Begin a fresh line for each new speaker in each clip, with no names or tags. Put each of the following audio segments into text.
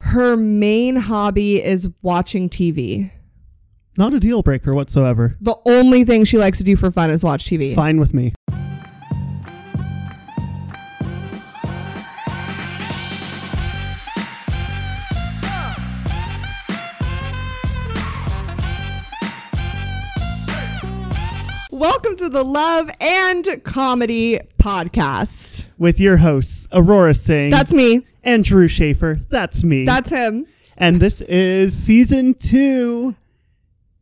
her main hobby is watching TV.
Not a deal breaker whatsoever.
The only thing she likes to do for fun is watch TV.
Fine with me.
Welcome to the Love and Comedy Podcast.
With your hosts, Aurora Singh
That's me.
and Drew Schaefer. That's me.
That's him.
and this is season two.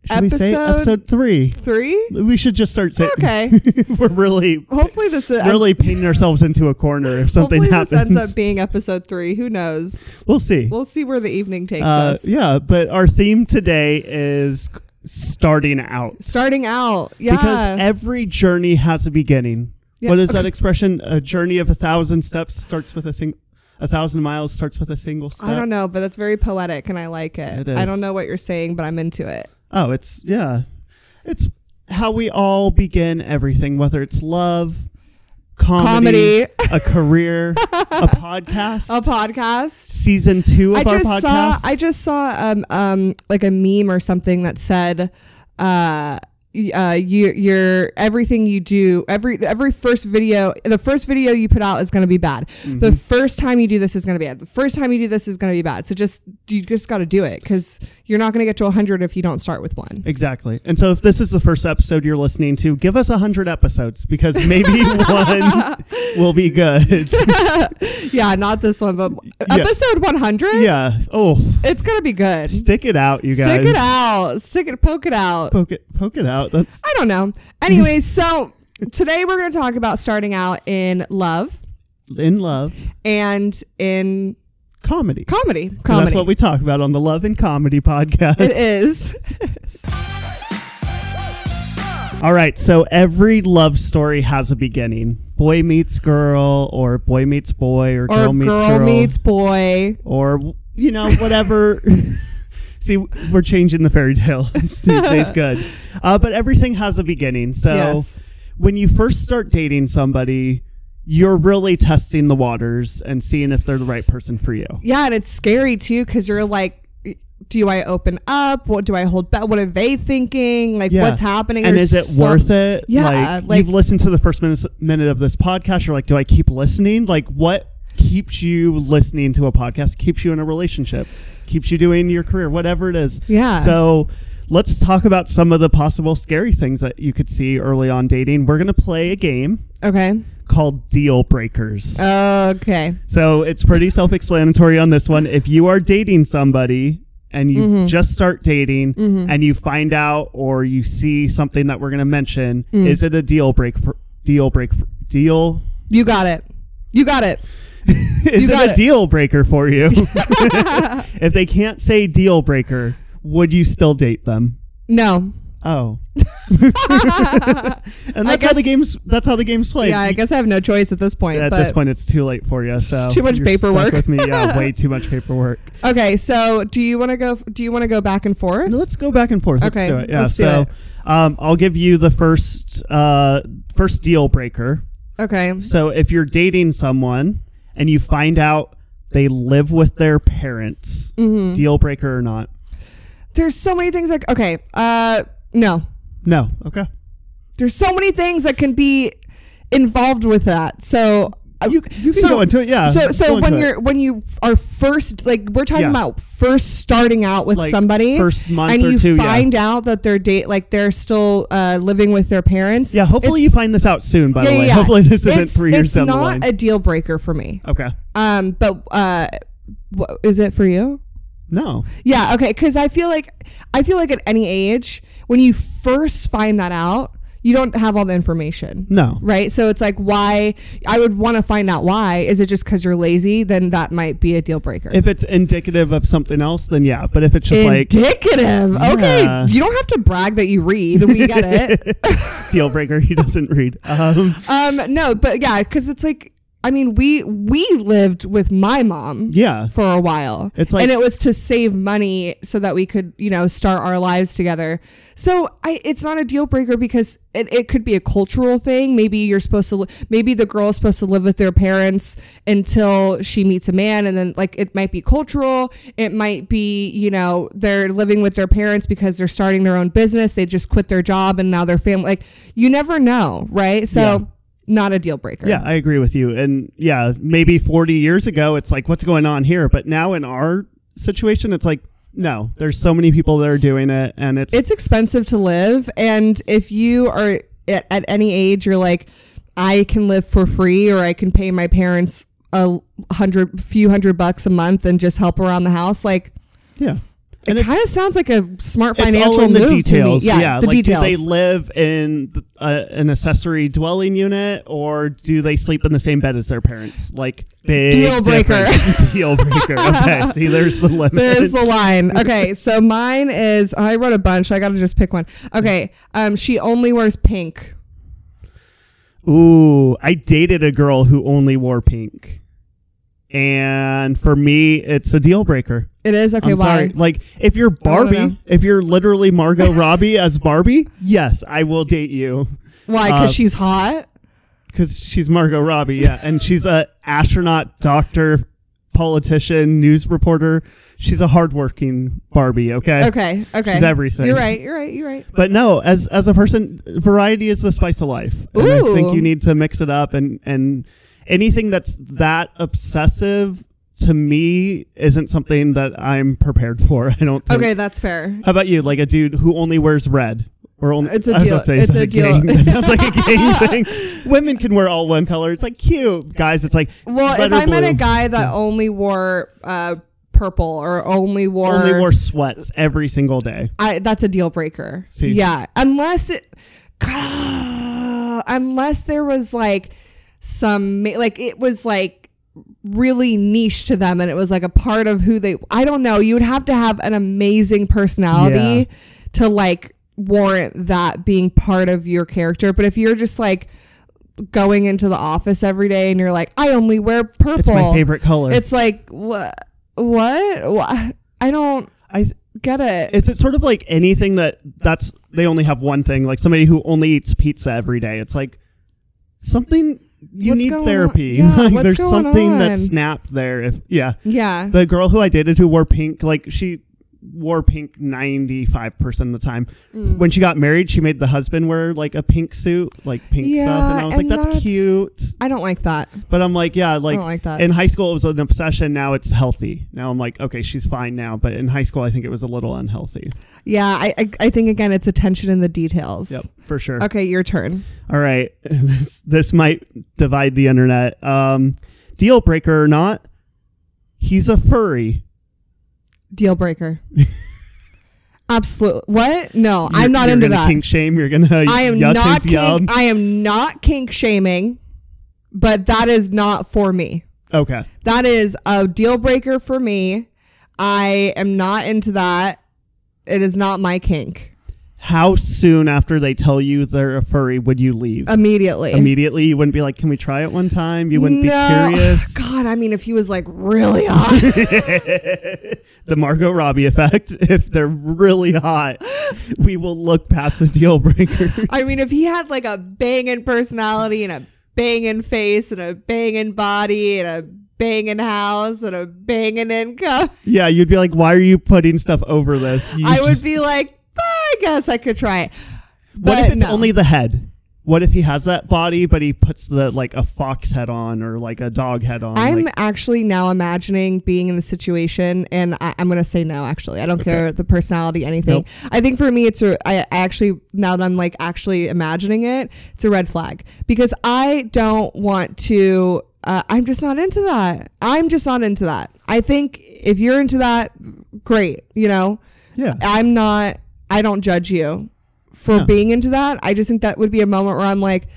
Should we say
Episode-
episode three?
Three?
We should just start saying.
Okay.
We're really,
Hopefully this is
really painting ourselves into a corner if something
hopefully this
happens.
ends up being episode three. Who knows?
we'll see.
We'll see where the evening takes
uh,
us.
yeah, but our theme today is starting out.
Starting out, yeah.
Because every journey has a beginning.
Yeah.
What is that expression? A journey of a thousand steps starts with a single, a thousand miles starts with a single step.
I don't know, but that's very poetic and I like it.
It
I
is.
don't know what you're saying, but I'm into it.
Oh, it's yeah, it's how we all begin everything, whether it's love, comedy,
Comedy.
a career, a podcast,
A podcast.
season two of
I
our
just
podcast.
saw I just saw um um like a meme or something that said uh y- uh you your everything you do every every first video the first video you put out is going to be bad the
Mm-hmm.
first time you do this is going to be bad the first time you do this is going to be bad so just you just got to do it because you're not going to get to 100 if you don't start with one
Exactly. And so if this is the first episode you're listening to, give us 100 episodes because maybe one will be good.
yeah not this one but
Yeah.
episode 100
yeah. Oh,
it's going to be good
stick it out, you guys.
stick it out stick it poke it out
Poke it, poke it out. That's
I don't know. Anyways, so today we're going to talk about starting out in love
in love
and in
comedy.
comedy.
And
Comedy.
That's what we talk about on the Love and Comedy podcast.
it is.
All right, so every love story has a beginning. Boy meets girl, or boy meets boy, or girl
or
meets
girl
girl,
meets boy.
or you know whatever. See, we're changing the fairy tale. Tuesday's good, uh, but everything has a beginning. So
Yes.
when you first start dating somebody, you're really testing the waters and seeing if they're the right person for you.
Yeah, and it's scary too because you're like, do I open up? What do I hold back? What are they thinking? Like,
Yeah.
what's happening?
And
There's
is it
so-
worth it?
Yeah, uh,
like,
like-
you've listened to the first minute, minute of this podcast. You're like, do I keep listening? Like, what keeps you listening to a podcast? Keeps you in a relationship? Keeps you doing your career? Whatever it is.
Yeah.
So let's talk about some of the possible scary things that you could see early on dating. We're gonna play a game
Okay.
called Deal Breakers.
Okay.
So it's pretty self explanatory on this one. If you are dating somebody and you
Mm-hmm.
just start dating and you find out or you see something that we're going to mention,
Mm.
is it a deal break? Deal break? Deal?
You got it. You got it.
Is
got
it a
it.
deal breaker for you? if they can't say deal breaker, would you still date them?
No.
Oh. and
I
that's how the
guess-
games that's how the games played.
yeah, I guess I have no choice at this point.
at
but
this point it's too late for you. So
too much
you're stuck
paperwork.
with me. Yeah, way too much paperwork.
Okay, so do you want to go? Do you want to go back and forth?
No, let's go back and forth.
Okay,
Let's do it. Yeah.
let's do
so
it.
Um, I'll give you the first uh, first deal breaker.
Okay.
So if you're dating someone and you find out they live with their parents,
Mm-hmm.
deal breaker or not?
There's so many things like okay, uh no.
No. Okay.
There's so many things that can be involved with that. So uh,
You- you can go into it, yeah.
So so
Go into
when
it.
you're when you are first like we're talking
Yeah.
about first starting out with
Like,
somebody
first month
and
or
you
two, yeah.
find out that their date like they're still uh, living with their parents.
Yeah. Hopefully you
it's-
find this out soon. By
yeah,
the
yeah,
way,
yeah.
hopefully this isn't
It's-
three years down
It's
the
not
line.
a deal breaker for me.
okay.
Um, but uh, what is it for you?
No.
Yeah, okay, cuz I feel like I feel like at any age when you first find that out, you don't have all the information.
No.
Right? So it's like why I would want to find out why is it just cuz you're lazy then that might be a deal breaker.
If it's indicative of something else, then yeah. But if it's just
Indicative.
Yeah.
Okay, you don't have to brag that you read. We get it.
like deal breaker, he doesn't read. Um,
um no, but yeah, cuz it's like I mean, we we lived with my mom
Yeah.
for a while.
It's like-
and it was to save money so that we could, you know, start our lives together. So I, it's not a deal breaker because it, it could be a cultural thing. Maybe you're supposed to, li- maybe the girl is supposed to live with their parents until she meets a man, and then like it might be cultural. It might be, you know, they're living with their parents because they're starting their own business. They just quit their job and now their family. Like you never know, right? So.
Yeah.
Not a deal breaker.
Yeah, I agree with you. And yeah, maybe 40 years ago, it's like, what's going on here? But now in our situation, it's like, no, there's so many people that are doing it. And it's,
it's expensive to live and if you are at, at any age you're like i can live for free or i can pay my parents a hundred few hundred bucks a month and just help around the house like
yeah. And
it
it's,
kind of sounds like a smart
it's
financial
all in the
move to me.
details.
yeah, the
like,
details
do they live in th- uh, an accessory dwelling unit or do they sleep in the same bed as their parents? Like, big
Deal breaker.
difference. Deal breaker. Okay. See, there's the limit.
There's the line. Okay, so mine is oh, I wrote a bunch. I got to just pick one. Okay, um, she only wears pink.
Ooh, I dated a girl who only wore pink. And for me, it's a deal breaker.
It is okay.
I'm
why?
sorry. Like if you're
I wanna know.
Barbie, if you're literally Margot Robbie as Barbie, yes, I will date you
Why? Because
Uh,
she's hot.
because she's Margot Robbie. Yeah, and she's a astronaut, doctor, politician, news reporter. She's a hardworking Barbie. Okay.
Okay. Okay.
She's everything.
You're right. You're right. You're right.
But no, as as a person, variety is the spice of life. And I think
Ooh.
you need to mix it up and and anything that's that obsessive to me isn't something that I'm prepared for. I don't think.
Okay, that's fair.
How about you? Like a dude who only wears red. Or only,
It's a
I was
deal-
about to say,
it's
sounds
a
like
deal.
gang- that sounds like a gang thing. Women can wear all one color. It's like cute. Guys, it's like
Well,
red
if
or
I met
blue.
a guy that only wore uh, purple or only wore,
only wore sweats every single day.
I, that's a deal breaker.
See.
Yeah, unless it, unless there was like some ma- like it was like really niche to them and it was like a part of who they. I don't know. You would have to have an amazing personality to like warrant that being part of your character. But if you're just like going into the office every day and you're like, I only wear purple.
It's my favorite color.
It's like what? What? Wha- I don't
I th-
get it.
Is it sort of like anything that that's they only have one thing, like somebody who only eats pizza every day? It's like something you
What's
need
going
therapy.
on? Yeah,
like
what's
there's
going
something
on?
that snapped there. If yeah,
Yeah.
the girl who I dated who wore pink, like she wore pink 95% of the time.
Mm.
When she got married, she made the husband wear like a pink suit, like pink stuff, and
Yeah,
I was
and
like that's,
that's- Oh,
cute.
I don't like that.
But I'm like, yeah,
I
like
don't like that.
in high school it was an obsession, now it's healthy. Now I'm like, okay, she's fine now, but in high school I think it was a little unhealthy.
yeah, I, I I think again it's attention in the details.
Yep, for sure.
Okay, your turn.
All right. This this might divide the internet. Um deal breaker or not, he's a furry.
Deal breaker. Absolutely. What? No, I'm not
you're
into
gonna
that.
Kink shame. You're gonna.
I am
yuck
not
his yum.
kink, I am not kink shaming, but that is not for me.
Okay.
That is a deal breaker for me. I am not into that. It is not my kink.
How soon after they tell you they're a furry would you leave?
Immediately.
Immediately, you wouldn't be like, "Can we try it one time?" You wouldn't
No.
be curious.
God, I mean, if he was like really hot,
the Margot Robbie effect. If they're really hot, we will look past the deal breaker.
I mean, if he had like a banging personality and a banging face and a banging body and a banging house and a banging income,
yeah, you'd be like, "Why are you putting stuff over this?" You
I would
just-
be like, I guess I could try it.
What if
But
it's
no.
only the head? What if he has that body, but he puts the like a fox head on or like a dog head on?
I'm
like,
actually now imagining being in the situation, and I, I'm going to say no. Actually, I don't care the personality, anything. I think for me, it's a. I I actually now that I'm like actually imagining it, it's a red flag because I don't want to. Uh, I'm just not into that. I'm just not into that. I think if you're into that, great. You know,
yeah,
I'm not. I don't judge you for
No.
being into that. I just think that would be a moment where I'm like,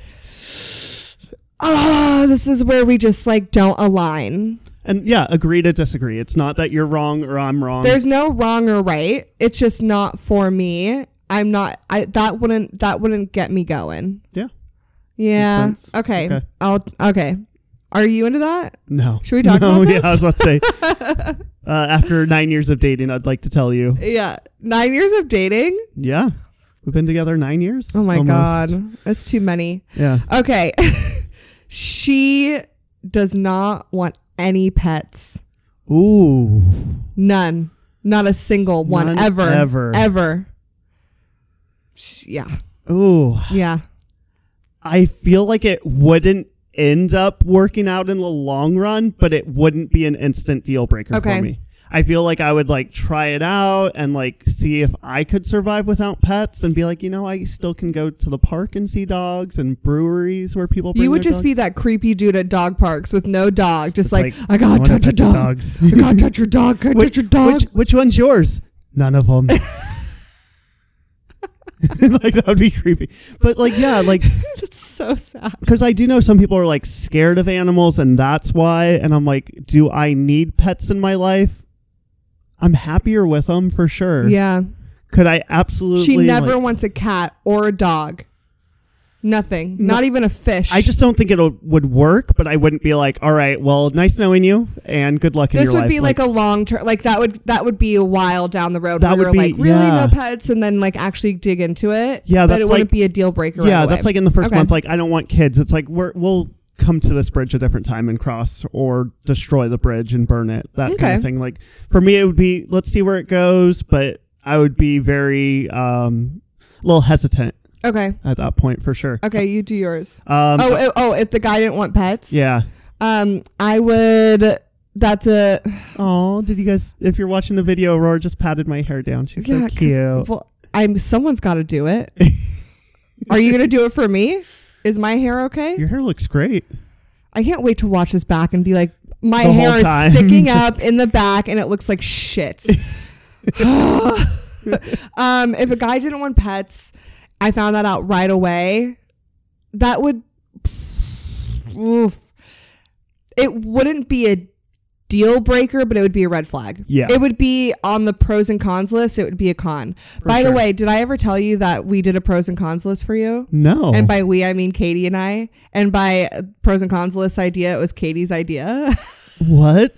ah, this is where we just like don't align.
and yeah, agree to disagree. It's not that you're wrong or I'm wrong.
There's no wrong or right. It's just not for me. I'm not. I that wouldn't that wouldn't get me going.
yeah,
Yeah.
sense.
Okay.
Okay.
I'll okay. Are you into that?
No.
Should we talk
no,
about
Yeah,
this?
I was about to say. uh, after nine years of dating, I'd like to tell you.
Yeah. Nine years of dating?
Yeah. We've been together nine years.
Oh my
almost.
God. That's too many.
Yeah.
Okay. she does not want any pets.
Ooh.
None. Not a single one
None
ever.
ever.
Ever. Sh- Yeah.
Ooh.
Yeah.
I feel like it wouldn't end up working out in the long run, but it wouldn't be an instant deal breaker
Okay.
for me. I feel like I would like try it out and like see if I could survive without pets and be like, you know, I still can go to the park and see dogs and breweries where people. Bring
you would
their
just be
dogs.
that creepy dude at dog parks with no dog, just
It's
like,
like,
I
I
gotta
wanna
touch your
pet the
dog.
dogs."
I gotta touch your dog. Gotta touch your dog.
Which, which one's yours? None of them. like that would be creepy, but like yeah, like
That's so sad.
because I do know some people are like scared of animals and that's why. And I'm like, do I need pets in my life? I'm happier with them for sure.
Yeah.
Could I absolutely?
She never
like-
wants a cat or a dog. Nothing.
No-
Not even a fish.
I just don't think it would work. But I wouldn't be like, all right, well, nice knowing you, and good luck in
this
your
would
life.
be like, a long term like that would that would be a while down the road
That
where
would
we're
be-
like really
yeah.
no pets and then like actually dig into it
Yeah,
but
that's
it wouldn't
like-
be a deal breaker
yeah,
right
that's
away.
like in the first
Okay.
month. Like, I don't want kids. It's like we're we'll come to this bridge a different time and cross or destroy the bridge and burn it. That kind
Okay.
of thing. Like for me, it would be let's see where it goes, but I would be very um a little hesitant
okay
at that point for sure.
okay you do yours
Um,
oh oh, oh if the guy didn't want pets
yeah.
um i would that's a
Oh, did you guys? If you're watching the video, Aurora just patted my hair down. She's
yeah,
so
'cause-
cute.
well i'm someone's got to do it are you gonna do it for me is my hair okay
Your hair looks great.
I can't wait to watch this back and be like, my
The
hair
whole
is
time.
sticking up in the back and it looks like shit. um, if a guy didn't want pets, I found that out right away. That would, oof. it wouldn't be a deal breaker, but it would be a red flag.
Yeah.
It would be on the pros and cons list. It would be a con. By the
sure.
way, did I ever tell you that we did a pros and cons list for you?
No.
And by we, I mean Katie and I. And by pros and cons list idea, it was Katie's idea.
what?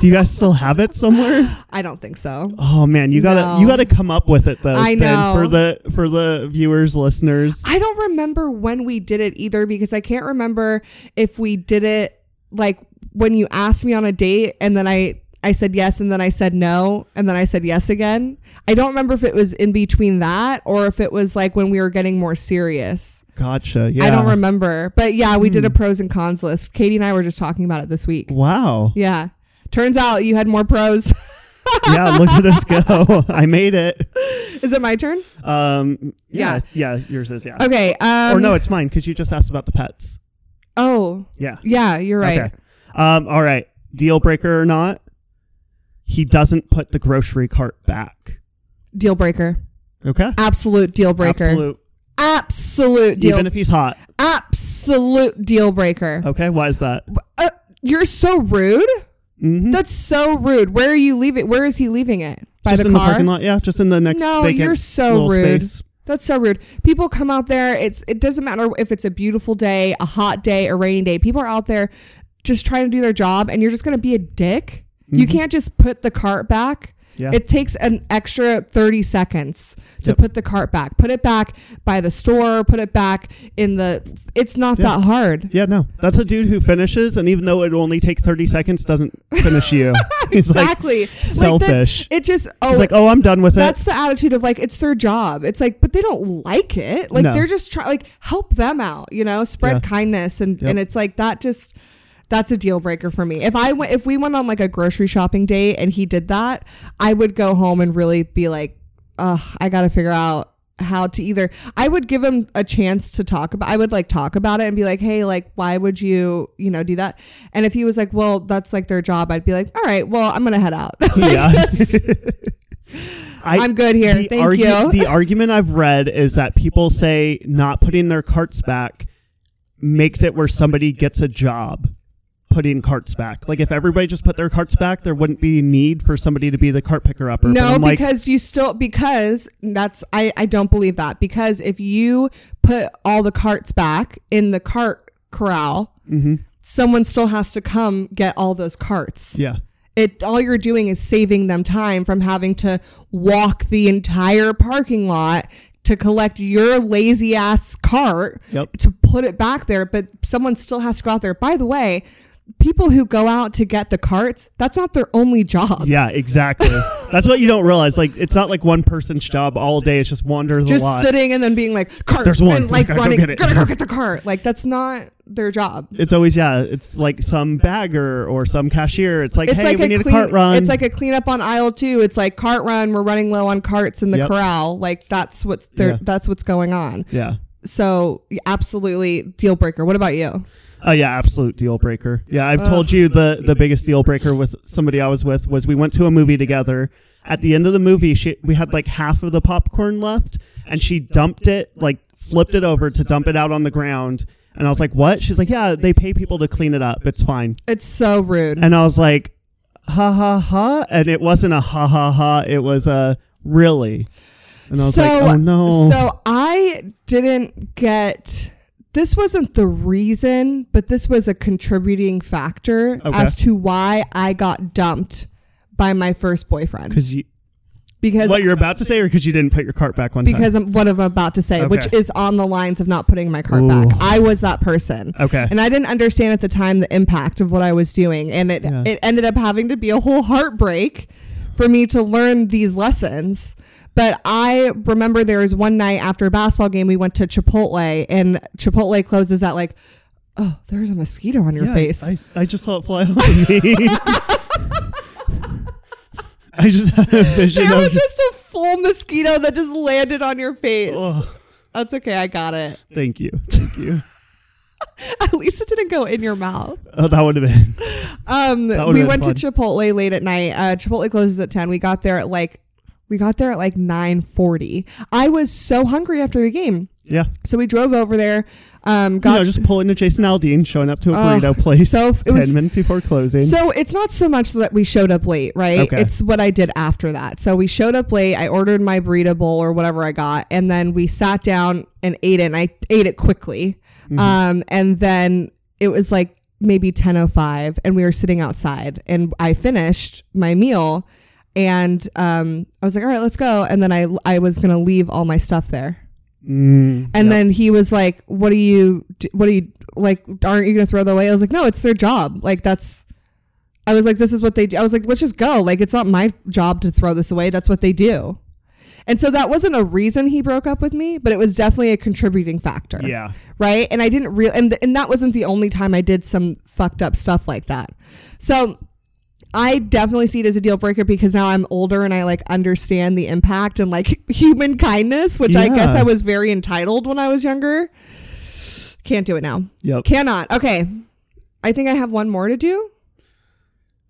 Do you guys still have it somewhere?
I don't think so.
Oh man, you gotta
No.
you gotta come up with it though.
I
Ben,
know.
for the for the viewers, listeners.
I don't remember when we did it either because I can't remember if we did it like when you asked me on a date and then I I said yes and then I said no and then I said yes again. I don't remember if it was in between that or if it was like when we were getting more serious.
Gotcha. Yeah.
I don't remember. But yeah, we did a pros and cons list. Katie and I were just talking about it this week.
Wow.
Yeah. Turns out you had more pros.
yeah. Look at us go. I made it.
Is it my turn?
Um.
Yeah.
Yeah. Yeah. yours is yeah.
Okay. Um,
Uh, or no, it's mine because you just asked about the pets.
Oh,
Yeah.
yeah, you're right.
Okay. Um. All right. Deal breaker or not? He doesn't put the grocery cart back.
Deal breaker.
Okay.
Absolute deal breaker. Absolute,
Absolute.
deal.
Even if he's hot.
absolute deal breaker.
Okay. Why is that?
Uh, you're so rude.
Mm-hmm.
That's so rude. Where are you leaving? Where is he leaving it? By
just
the
in the
car.
parking lot. Yeah. Just in the next.
No,
vacant
you're so
little
rude.
Space.
That's so rude. People come out there. It's it doesn't matter if it's a beautiful day, a hot day, a rainy day. People are out there just trying to do their job, and you're just gonna be a dick. You
Mm-hmm.
can't just put the cart back.
Yeah.
It takes an extra 30 seconds to
Yep.
put the cart back. Put it back by the store, put it back in the it's not
Yeah.
that hard.
Yeah, no. That's a dude who finishes, and even though it only take 30 seconds, doesn't finish you. He's
exactly.
like selfish.
it just oh
He's like, oh, I'm done with it.
that's the attitude of like it's their job. It's like, but they don't like it. Like
No.
they're just trying like help them out, you know, spread
Yeah.
kindness and
Yep.
and it's like that just that's a deal breaker for me. If I went if we went on like a grocery shopping date and he did that, I would go home and really be like, Ugh, I gotta figure out how to either I would give him a chance to talk about I would like talk about it and be like, hey, like why would you, you know, do that? And if he was like, Well, that's like their job, I'd be like, All right, well, I'm gonna head out. Like,
Yeah.
that's-
I,
I'm good here.
the
Thank
argu-
you.
The argument I've read is that people say not putting their carts back makes it where somebody gets a job putting carts back. Like if everybody just put their carts back, there wouldn't be a need for somebody to be the cart picker upper.
No,
I'm like,
because you still because that's I I don't believe that because
Mm-hmm.
if you put all the carts back in the cart corral, someone still has to come get all those carts.
Yeah.
It all you're doing is saving them time from having to walk the entire parking lot to collect your lazy ass cart
Yep.
to put it back there, but someone still has to go out there. By the way, people who go out to get the carts, that's not their only job.
Yeah, exactly. That's what you don't realize. Like, it's not like one person's job all day. It's just wanders
Just
a lot.
sitting and then being like, cart,
There's one.
and like
Gotta go
running,
get it.
gotta go get the cart. Like, that's not their job.
it's always yeah. It's like some bagger or some cashier. It's like,
It's
hey,
like
we
a
need
clean,
a cart run.
It's like a cleanup on aisle two. It's like cart run. We're running low on carts in the
Yep.
corral. Like that's what's there.
Yeah.
That's what's going on.
yeah.
So absolutely deal breaker. What about you?
Oh yeah, absolute deal breaker. Yeah, I've told you the the biggest deal breaker with somebody I was with was we went to a movie together. At the end of the movie, she we had like half of the popcorn left, and she dumped it, like flipped it over to dump it out on the ground. And I was like, "What?" She's like, "Yeah, they pay people to clean it up. It's fine."
It's so rude.
And I was like, "Ha ha ha!" And it wasn't a ha ha ha. It was a really. And I was like, "Oh no!"
So I didn't get. This wasn't the reason, but this was a contributing factor
Okay.
as to why I got dumped by my first boyfriend.
because you
Because
what you're about to say, or because you didn't put your cart back one time.
because I'm, what I'm about to say, which
Okay.
is on the lines of not putting my cart
Ooh.
back. I was that person.
Okay.
And I didn't understand at the time the impact of what I was doing. And it,
Yeah.
it ended up having to be a whole heartbreak for me to learn these lessons. But I remember there was one night after a basketball game, we went to Chipotle, and Chipotle closes at like, oh, there's a mosquito on your
Yeah,
face.
I, I just saw it fly on me. I just had a vision
there
of
was just a full mosquito that just landed on your face.
Oh,
That's okay. I got it.
thank you, thank you.
At least it didn't go in your mouth.
Oh, that would have been
Um,
would've
we
been
went
fun.
to Chipotle late at night. Uh, Chipotle closes at ten. We got there at like we got there at like nine forty. I was so hungry after the game,
yeah.
so we drove over there. Um,
You
got
know, just pulling to Jason Aldean, showing up to a
Oh,
burrito place
so f- it
ten
was-
minutes before closing.
so it's not so much that we showed up late, right?
Okay.
It's what I did after that. So we showed up late. I ordered my burrito bowl or whatever I got, and then we sat down and ate it. And I ate it quickly. Um, and then it was like maybe ten oh five, and we were sitting outside, and I finished my meal, and um, I was like, all right, let's go. And then I I was gonna leave all my stuff there.
Mm,
And
yeah.
then he was like, "What are you? What are you like? Aren't you gonna throw that away?" I was like, "No, it's their job. Like that's." I was like, "This is what they do." I was like, "Let's just go. Like it's not my job to throw this away. That's what they do." And so that wasn't a reason he broke up with me, but it was definitely a contributing factor.
yeah,
Right. And I didn't real and and that wasn't the only time I did some fucked up stuff like that. So I definitely see it as a deal breaker because now I'm older and I like understand the impact and like human kindness, which I guess
Yeah.
I was very entitled when I was younger. Can't do it now.
yep.
Cannot. Okay. I think I have one more to do.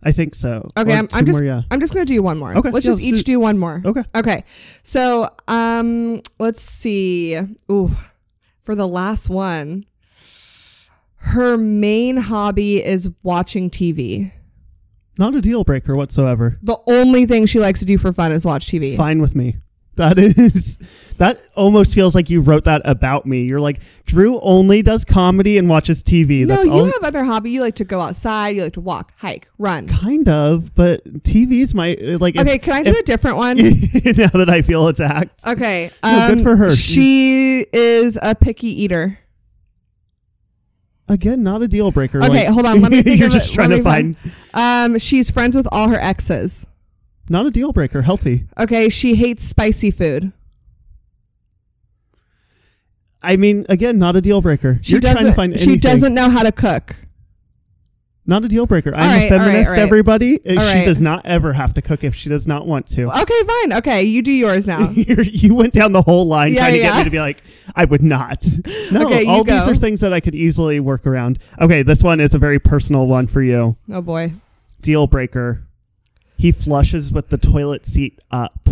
I think so.
Okay,
Or
I'm,
two
I'm just
more, yeah.
I'm just gonna do one more.
Okay,
Let's
yeah,
just
let's
each do one more.
Okay.
Okay. So um let's see. Ooh. For the last one. Her main hobby is watching TV.
Not a deal breaker whatsoever.
The only thing she likes to do for fun is watch TV.
Fine with me. That is that almost feels like you wrote that about me. You're like Drew only does comedy and watches TV.
No,
That's
you
all
have other hobby. You like to go outside, you like to walk, hike, run.
kind of, but TV's my uh, like. if-
Okay, can I do a different one?
now that I feel attacked.
Okay.
No, good
um,
for her.
She is a picky eater.
Again, not a deal breaker.
Okay,
like-
hold on, let me think
you're
of
just
it-
trying
let
to
me find-
find
Um, she's friends with all her exes.
not a deal breaker. Healthy.
Okay, she hates spicy food.
I mean, again, not a deal breaker.
She
you're
doesn't.
trying to find
she
anything.
doesn't know how to cook.
Not a deal breaker. I'm
right,
a
all right,
feminist.
all right.
Everybody, Uh, she
right.
does not ever have to cook if she does not want to.
Okay, fine. Okay, you do yours now.
You're- you went down the whole line
Yeah,
trying to get
yeah.
me to be like, I would not. No,
Okay, you
all these
go.
are things that I could easily work around. Okay, this one is a very personal one for you.
Oh boy.
Deal breaker. He flushes with the toilet seat up.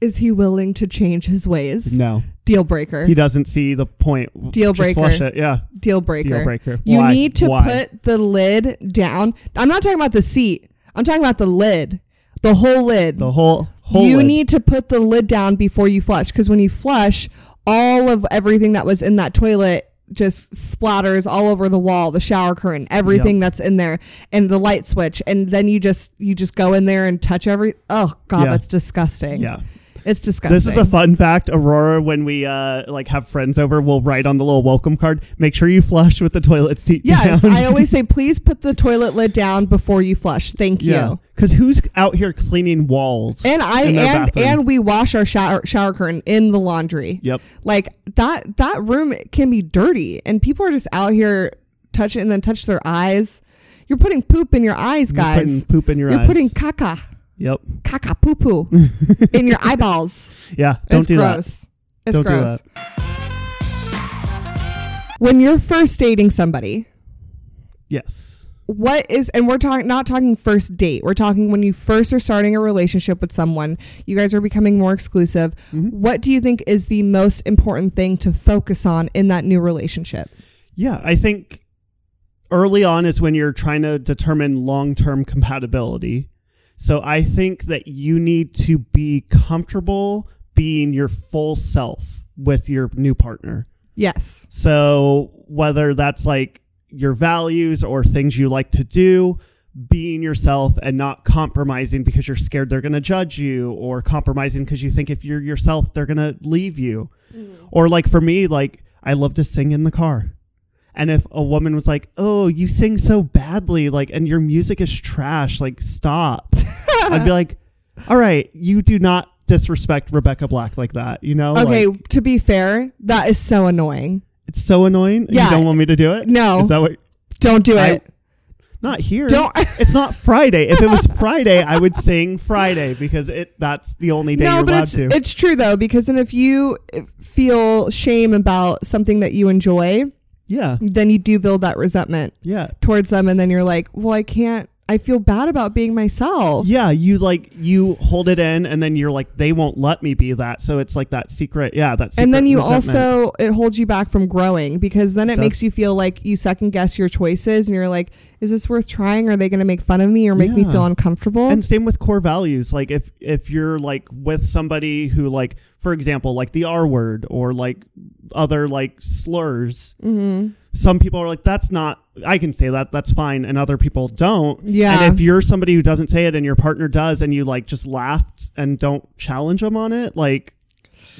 Is he willing to change his ways?
No.
Deal breaker.
He doesn't see the point.
Deal
Just flush
breaker.
it. Yeah.
Deal breaker.
Deal breaker.
You
Why?
need to
Why?
put the lid down. I'm not talking about the seat. I'm talking about the lid. The whole lid.
the whole whole.
you
lid.
need to put the lid down before you flush because when you flush, all of everything that was in that toilet just splatters all over the wall, the shower curtain, everything
Yep.
that's in there, and the light switch, and then you just you just go in there and touch every. Oh God,
Yeah.
that's disgusting.
Yeah.
it's disgusting.
This is a fun fact, Aurora. When we uh, like have friends over, we'll write on the little welcome card. Make sure you flush with the toilet seat.
Yes,
down.
I always say please put the toilet lid down before you flush. Thank you.
Because who's out here cleaning walls?
And I
in their
and
bathroom?
and we wash our shower shower curtain in the laundry.
Yep.
Like that that room can be dirty and people are just out here touch it and then touch their eyes. You're putting poop in your eyes,
You're
guys.
putting poop in your
You're
eyes.
putting caca,
Yep.
caca poo poo in your eyeballs.
Yeah. Don't
it's
do that.
gross. It's
Don't do
gross. When you're first dating somebody,
Yes.
what is and we're talking not talking first date we're talking when you first are starting a relationship with someone you guys are becoming more exclusive
Mm-hmm.
what do you think is the most important thing to focus on in that new relationship
Yeah. I think early on is when you're trying to determine long term compatibility. So I think that you need to be comfortable being your full self with your new partner.
yes
So whether that's like your values or things you like to do, being yourself and not compromising because you're scared they're going to judge you or compromising because you think if you're yourself they're going to leave you. Or like for me like I love to sing in the car. And if a woman was like, "Oh, you sing so badly, like and your music is trash, like stop." I'd be like, "All right, you do not disrespect Rebecca Black like that, you know?"
okay
Oh, Like,
to be fair that is so annoying
it's so annoying.
Yeah.
You don't want me to do it?
No.
Is that what?
don't do
I-
it
Not here.
Don't-
it's not Friday. If it was Friday, I would sing Friday because it that's the only day
no
you're
but
allowed
it's,
to.
it's true though because then if you feel shame about something that you enjoy
yeah.
then you do build that resentment
Yeah.
towards them and then you're like well i can't i feel bad about being myself
Yeah, you like you hold it in and then you're like they won't let me be that. So it's like that secret. Yeah, that secret
and then you
resentment.
also it holds you back from growing because then it,
does.
makes you feel like you second guess your choices and you're like is this worth trying are they going to make fun of me or make me
Yeah.
feel uncomfortable
And same with core values. Like if if you're like with somebody who like for example, like the R word or like other like slurs,
mm-hmm.
some people are like that's not i can say that that's fine and other people don't
Yeah.
and if you're somebody who doesn't say it and your partner does and you like just laughed and don't challenge them on it like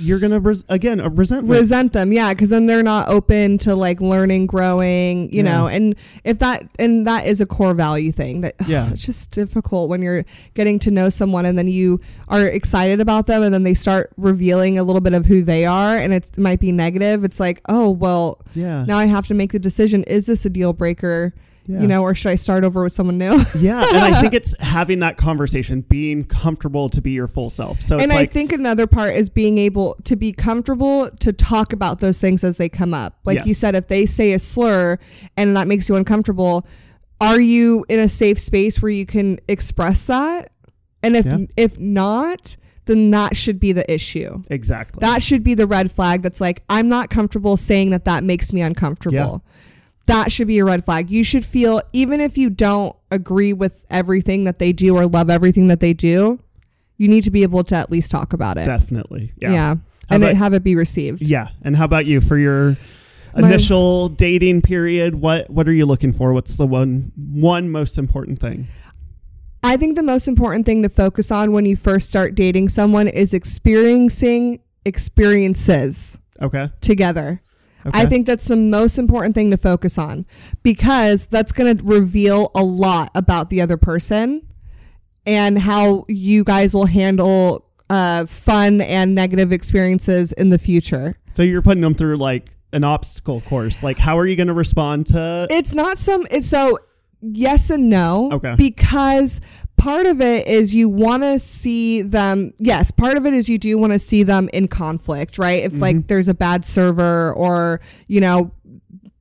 you're gonna res- again a resentment
resent them yeah because then they're not open to like learning growing you
Yeah.
know and if that and that is a core value thing that
Yeah.
it's just difficult when you're getting to know someone and then you are excited about them and then they start revealing a little bit of who they are and it's- it might be negative it's like oh well
yeah
now I have to make the decision: is this a deal breaker,
yeah.
you know, or should I start over with someone new?
yeah and i think it's having that conversation being comfortable to be your full self so
and
it's
I
like
think another part is being able to be comfortable to talk about those things as they come up. Like you
Yes.
said, if they say a slur and that makes you uncomfortable, are you in a safe space where you can express that? And if
Yeah.
if not, then that should be the issue.
exactly
That should be the red flag that's like, I'm not comfortable saying that that makes me uncomfortable. That should be a red flag. You should feel, even if you don't agree with everything that they do or love everything that they do, you need to be able to at least talk about it.
definitely
Eh. Yeah.
yeah How
And
about-
it, have it be received.
yeah and how about you for your
My-
initial dating period what what are you looking for what's the one one most important thing
I think the most important thing to focus on when you first start dating someone is experiencing experiences
okay
together.
okay
I think that's the most important thing to focus on because that's going to reveal a lot about the other person and how you guys will handle uh, fun and negative experiences in the future.
So you're putting them through like an obstacle course. Like, how are you going to respond to?
It's not some, it's so yes and no.
Okay.
Because part of it is you want to see them, yes, part of it is you do want to see them in conflict, right? If
Mm-hmm.
like there's a bad server or, you know,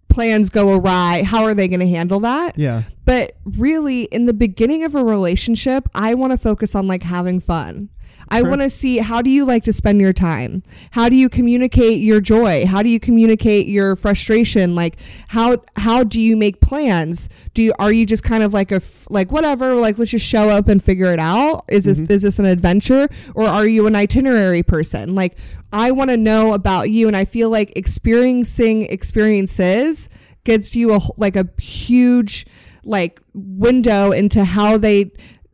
plans go awry, how are they going to handle that?
Yeah,
But really, in the beginning of a relationship, I want to focus on like having fun. I want to see how do you like to spend your time? How do you communicate your joy? How do you communicate your frustration? Like how how do you make plans? Do you are you just kind of like a f- like whatever, like let's just show up and figure it out? Is this is this an adventure or are you an itinerary person? Like I want to know about you and I feel like experiencing experiences gets you a wh- like a huge like window into how they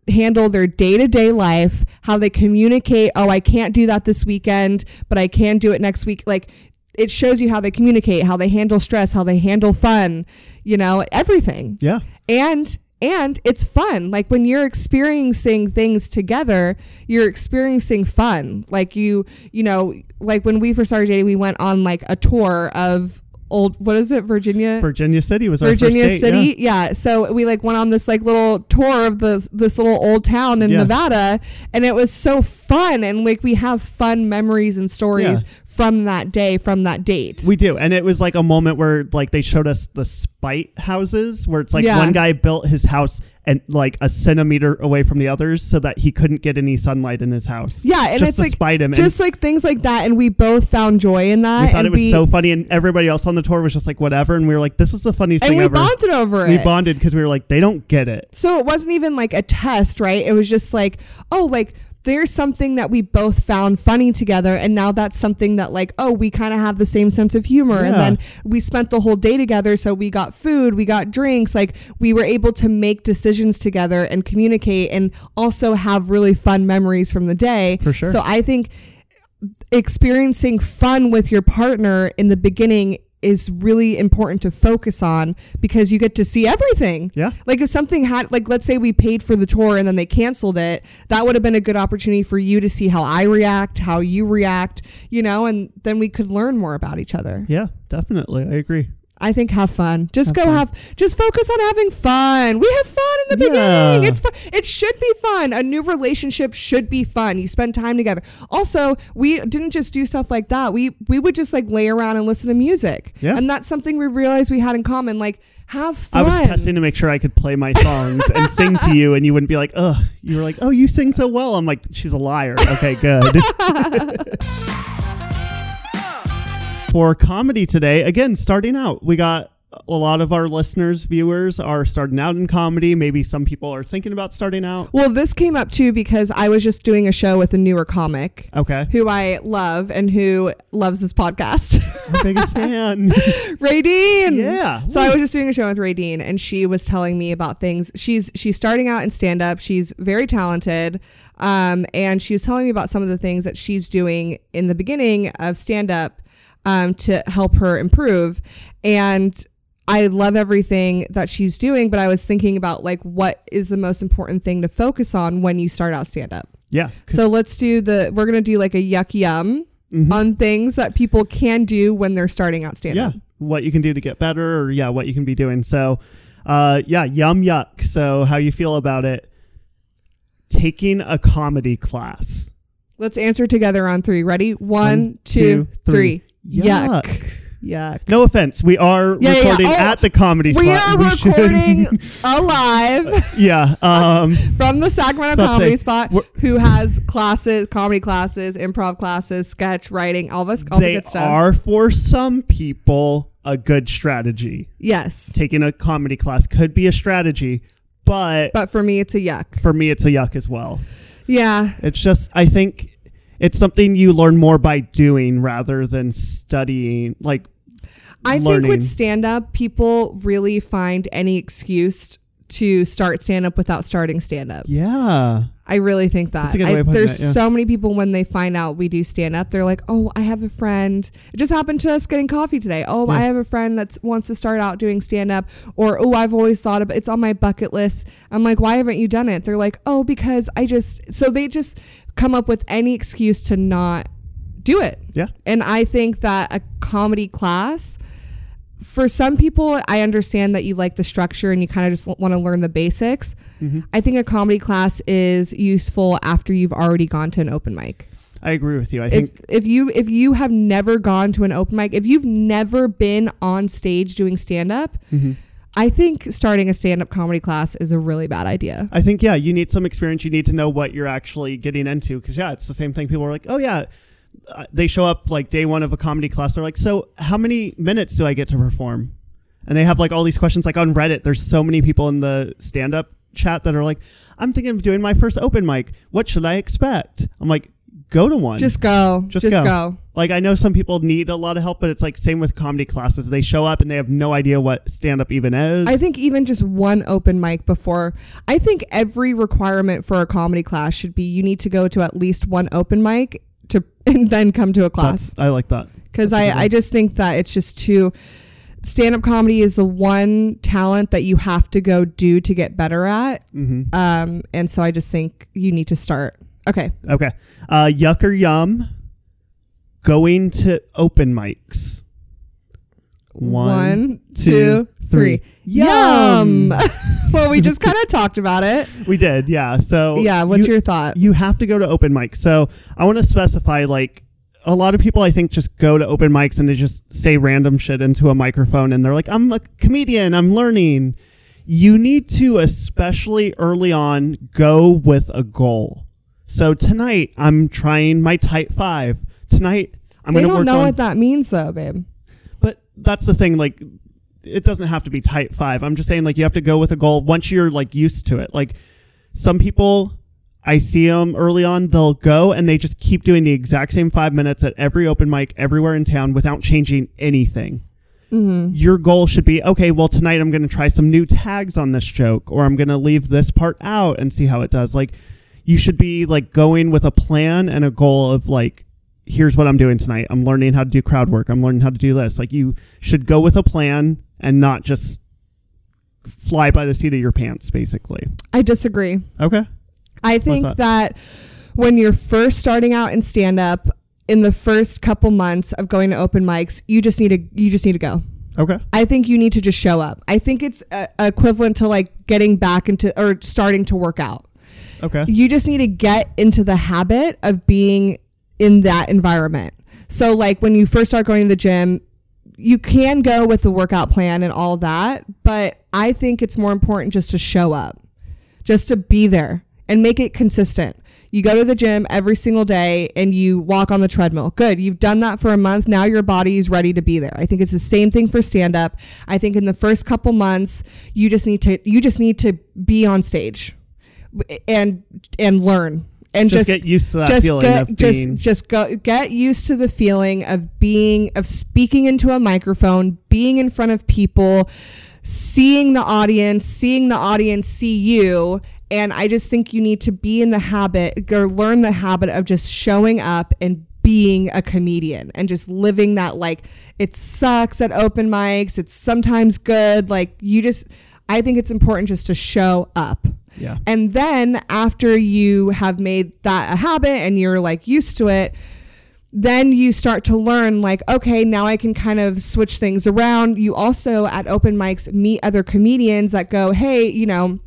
handle their day-to-day life how they communicate oh i can't do that this weekend but i can do it next week like it shows you how they communicate how they handle stress how they handle fun you know everything
Yeah.
and and it's fun like when you're experiencing things together you're experiencing fun like you you know like when we first started dating we went on like a tour of old what is it virginia
Virginia City was
Virginia
our first date,
City.
yeah.
Yeah. So we like went on this like little tour of this this little old town in
Yeah.
Nevada, and it was so fun. And like we have fun memories and stories
Yeah.
from that day, from that date.
We do. And it was like a moment where like they showed us the spite houses where it's like
Yeah.
one guy built his house and like a centimeter away from the others so that he couldn't get any sunlight in his house.
Yeah, and
just
it's
to
like-
spite him.
just like things like that, and we both found joy in that.
and we thought
and
it was
we,
so funny and everybody else on the tour was just like whatever and we were like this is the funniest
and
thing
we
ever.
bonded over
we
it.
bonded because we were like they don't get it.
so it wasn't even like a test, right? It was just like, oh, like there's something that we both found funny together and now that's something that like oh we kind of have the same sense of humor and
Yeah.
then we spent the whole day together so we got food we got drinks like we were able to make decisions together and communicate and also have really fun memories from the day
For sure.
so i think experiencing fun with your partner in the beginning is really important to focus on because you get to see everything
Yeah.
like if something had like let's say we paid for the tour and then they canceled it, that would have been a good opportunity for you to see how I react, how you react, you know, and then we could learn more about each other.
Yeah, definitely. I agree.
I think have fun. Just
Have
go
fun.
have just focus on having fun. We have fun in the
Yeah.
beginning. It's fun. It should be fun. A new relationship should be fun. You spend time together. Also, we didn't just do stuff like that. We we would just like lay around and listen to music.
Yeah.
And that's something we realized we had in common. Like have fun.
I was testing to make sure I could play my songs and sing to you, and you wouldn't be like, ugh. You were like, oh, you sing so well. I'm like, she's a liar. Okay, good. For comedy today, again, starting out, we got a lot of our listeners, viewers are starting out in comedy. Maybe some people are thinking about starting out.
Well, this came up too because I was just doing a show with a newer comic
Okay.
who I love and who loves this podcast,
Our biggest fan.
Ray Dean.
yeah.
Mm-hmm. So I was just doing a show with Ray Dean, and she was telling me about things. She's she's starting out in stand up. She's very talented, um, and she was telling me about some of the things that she's doing in the beginning of stand up um, to help her improve. And I love everything that she's doing, but I was thinking about like what is the most important thing to focus on when you start out stand up.
yeah. 'cause-
So let's do the we're gonna do like a yuck yum
Mhm.
on things that people can do when they're starting out stand
yeah.
up.
What you can do to get better, or yeah, what you can be doing. So, uh, yeah, yum yuck. So, how you feel about it? Taking a comedy class.
Let's answer together on three. Ready? One,
One,
two,
two,
three.
three.
Yuck. Yuck.
No offense. We are
Yeah, yeah, yeah.
recording
Oh,
at the comedy
We are
spot. should-
recording alive
yeah. Um,
from the Sacramento
About to
Comedy
say,
Spot,
we're-
who has classes, comedy classes, improv classes, sketch writing, all this, all the
they
good stuff.
are for some people a good strategy.
yes,
Taking a comedy class could be a strategy, but
but for me, it's a yuck.
for me, it's a yuck as well.
Yeah,
It's just I think it's something you learn more by doing rather than studying. Like
I think
learning.
with stand up, people really find any excuse to start stand up without starting stand up.
yeah,
I really think that.
That's a good way
I-
of putting
there's
it, yeah.
so many people when they find out we do stand up, they're like, "Oh, I have a friend. It just happened to us getting coffee today. Oh,
Yeah.
I have a friend that wants to start out doing stand up, or oh, I've always thought about it's on my bucket list." I'm like, "Why haven't you done it?" They're like, "Oh, because I just." So they just come up with any excuse to not do it.
yeah,
And I think that a comedy class for some people, I understand that you like the structure and you kind of just want to learn the basics.
Mm-hmm.
I think a comedy class is useful after you've already gone to an open mic.
I agree with you. I
If
think
if you if you have
mm-hmm.
never gone to an open mic, if you've never been on stage doing stand up, I think starting a stand up comedy class is a really bad idea.
I think yeah, you need some experience. You need to know what you're actually getting into because yeah, it's the same thing. People are like, oh yeah, uh, they show up like day one of a comedy class. They're like, so how many minutes do I get to perform? And they have like all these questions like on Reddit. There's so many people in the stand up chat that are like, I'm thinking of doing my first open mic. What should I expect? I'm like, go to one.
Just go.
Uh, Just
Just, go.
go. like I know some people need a lot of help, but it's like same with comedy classes. They show up and they have no idea what stand up even is.
I think even just one open mic before. I think every requirement for a comedy class should be you need to go to at least one open mic to and then come to a class.
That's- I like that.
because
That's a good
I, I
one.
just think that it's just too stand up comedy is the one talent that you have to go do to get better at
hmm
um and so i just think you need to start okay
Okay. Uh, yuck or yum? Going to open mics. One,
One,
two,
two,
three.
three. yum well we just kind of talked about it
We did, yeah. So
yeah what's
Oh, you,
your thought
you have to go to open mics. So I want to specify like a lot of people I think just go to open mics and they just say random shit into a microphone and they're like, I'm a comedian, I'm learning. You need to especially early on go with a goal. So tonight I'm trying my type five. Tonight I'm
they
gonna
don't
work
know
on
what that means though babe
But that's the thing, like it doesn't have to be type five. I'm just saying like you have to go with a goal once you're like used to it. Like some people I see them early on, they'll go and they just keep doing the exact same five minutes at every open mic everywhere in town without changing anything.
mm-hmm.
Your goal should be okay, well, tonight I'm going to try some new tags on this joke or I'm going to leave this part out and see how it does. Like you should be like going with a plan and a goal of like, here's what I'm doing tonight. I'm learning how to do crowd work. I'm learning how to do this. Like you should go with a plan and not just fly by the seat of your pants, basically.
i disagree
Okay.
I think
that?
that? when you're first starting out in stand up, in the first couple months of going to open mics, you just need to you just need to go.
Okay.
I think you need to just show up. I think it's uh, equivalent to like getting back into or starting to work out.
Okay.
You just need to get into the habit of being in that environment. So like when you first start going to the gym, you can go with the workout plan and all that, but I think it's more important just to show up. Just to be there and make it consistent. You go to the gym every single day and you walk on the treadmill. Good. You've done that for a month. Now your body is ready to be there. I think it's the same thing for stand up. I think in the first couple months, you just need to you just need to be on stage and and learn and just,
Just, get used to that
just
feeling
get,
of
just
being
just go get used to the feeling of being of speaking into a microphone, being in front of people, seeing the audience, seeing the audience see you. And I just think you need to be in the habit or learn the habit of just showing up and being a comedian and just living that like it sucks at open mics, it's sometimes good. Like you just I think it's important just to show up.
yeah.
And then after you have made that a habit and you're like used to it, then you start to learn like, okay, now I can kind of switch things around. You also at open mics meet other comedians that go, hey, you know,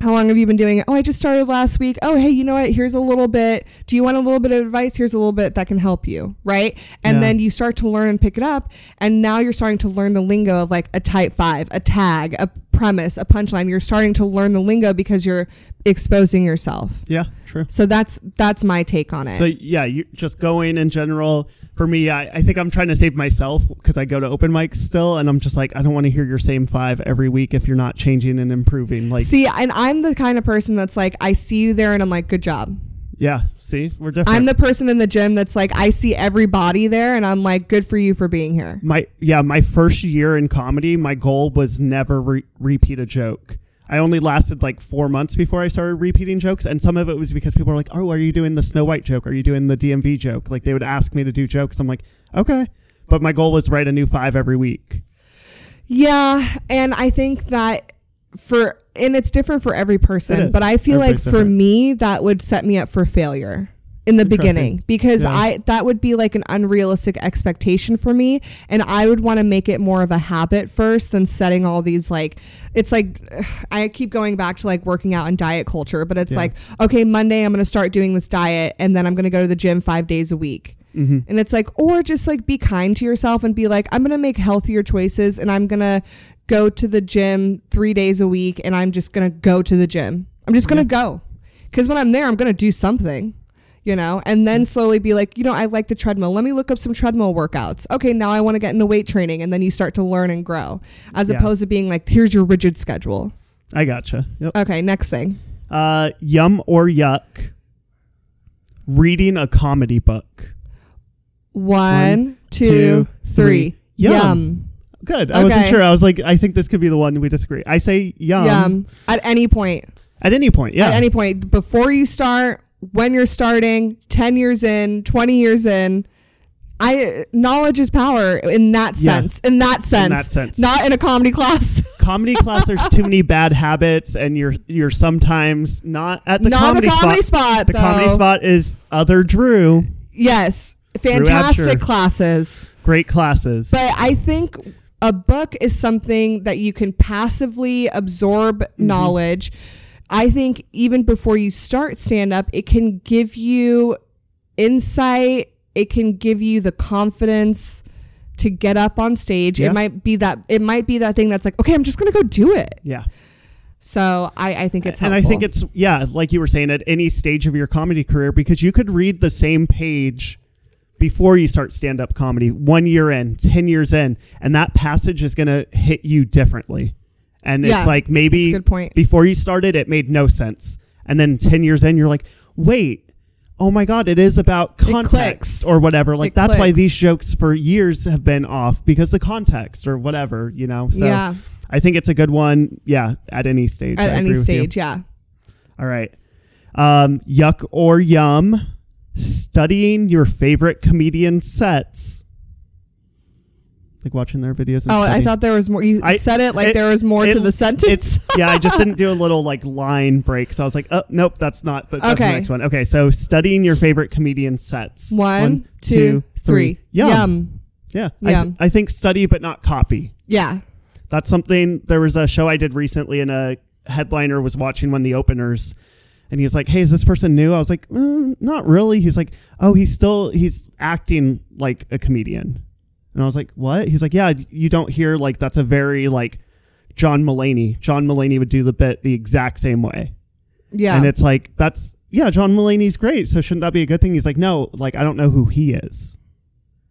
how long have you been doing it? Oh, I just started last week. Oh, hey, you know what? Here's a little bit. Do you want a little bit of advice? Here's a little bit that can help you, right? And
Yeah.
then you start to learn and pick it up. And now you're starting to learn the lingo of like a type five, a tag, a premise, a punchline. You're starting to learn the lingo because you're exposing yourself.
Yeah, true.
So that's that's my take on it.
So yeah, you just going in general. For me, I, I think I'm trying to save myself because I go to open mics still, and I'm just like, I don't want to hear your same five every week if you're not changing and improving. Like,
see, and I'm the kind of person that's like, I see you there and I'm like, good job.
yeah, see, we're different.
I'm the person in the gym that's like, I see everybody there and I'm like, good for you for being here.
my yeah, my first year in comedy, my goal was never re- repeat a joke. I only lasted like four months before I started repeating jokes, and some of it was because people were like, "Oh, are you doing the Snow White joke? Are you doing the DMV joke?" Like they would ask me to do jokes. I'm like, "Okay," but my goal was write a new five every week.
Yeah, and I think that for and it's different for every
It is.
person, but I feel
Everybody's
like for
different.
me that would set me up for failure in the
Interesting.
beginning because
Yeah.
I that would be like an unrealistic expectation for me and I would want to make it more of a habit first than setting all these like it's like ugh, I keep going back to like working out and diet culture, but it's
Yeah.
like okay, Monday I'm going to start doing this diet and then I'm going to go to the gym 5 days a week. And it's like, or just like be kind to yourself and be like, I'm going to make healthier choices and I'm going to go to the gym three days a week and I'm just going to go to the gym. I'm just going to go. Because when I'm there, I'm going to do something, you know, and then slowly be like, you know, I like the treadmill. Let me look up some treadmill workouts. Okay, now I want to get into weight training. And then you start to learn and grow as
Yeah.
opposed to being like, here's your rigid schedule.
I gotcha. Yep.
Okay, next thing.
Uh, yum or yuck. Reading a comedy book.
One,
two,
two, three.
three. Yum.
Yum.
Good. I wasn't
Okay.
sure. I was like, I think this could be the one we disagree. I say yum.
Yum. At any point.
At any point. Yeah.
At any point. Before you start, when you're starting, 10 years in, 20 years in. I knowledge is power in that
Yeah.
sense. In that sense.
that sense.
Not in a comedy class.
comedy class, there's too many bad habits, and you're you're sometimes not at the
Not
comedy,
the comedy
spot.
spot.
The comedy
though.
spot is other Drew.
Yes.
Apture.
Fantastic classes.
Great classes.
But I think a book is something that you can passively absorb
Mm-hmm.
knowledge. I think even before you start stand up, it can give you insight, it can give you the confidence to get up on stage.
Yeah.
It might be that it might be that thing that's like, okay, I'm just gonna go do it.
yeah.
So I, I think it's
and
helpful.
I think it's yeah, like you were saying, at any stage of your comedy career, because you could read the same page before you start stand up comedy, one year in, ten years in, and that passage is gonna hit you differently. And
Yeah,
it's like
That's a
maybe
good point.
before you started it made no sense. And then ten years in you're like, wait, oh my god, it is about
It
context
clicks.
or whatever. Like
It
that's why
clicks.
these jokes for years have been off because the context or whatever, you know. So
yeah.
I think it's a good one, yeah, at any stage.
At
I
any
agree with you.
stage, yeah.
All right. Um, yuck or yum. Studying your favorite comedian sets. Like watching their videos. And
Oh, I
studying.
thought there was more. You
I-
said it like
it-
there was more
it-
to the sentence.
It's, yeah, I just didn't do a little like line break. So I was like, oh, nope, that's not. That, that's the
Okay.
next one. Okay. So studying your favorite comedian sets.
One, two, three.
Yum.
Yum.
Yeah. I, th-
Yum.
I think study, but not copy.
Yeah.
That's something. There was a show I did recently, and a headliner was watching one of the openers, and he was like, "Hey, is this person new?" I was like, mm, "Not really." He's like, "Oh, he's still he's acting like a comedian," and I was like, "What?" He's like, "Yeah, you don't hear like that's a very like John Mulaney. John Mulaney would do the bit the exact same way."
Yeah.
And it's like, that's, yeah, John Mulaney's great. So shouldn't that be a good thing? He's like, no, like, I don't know who he is.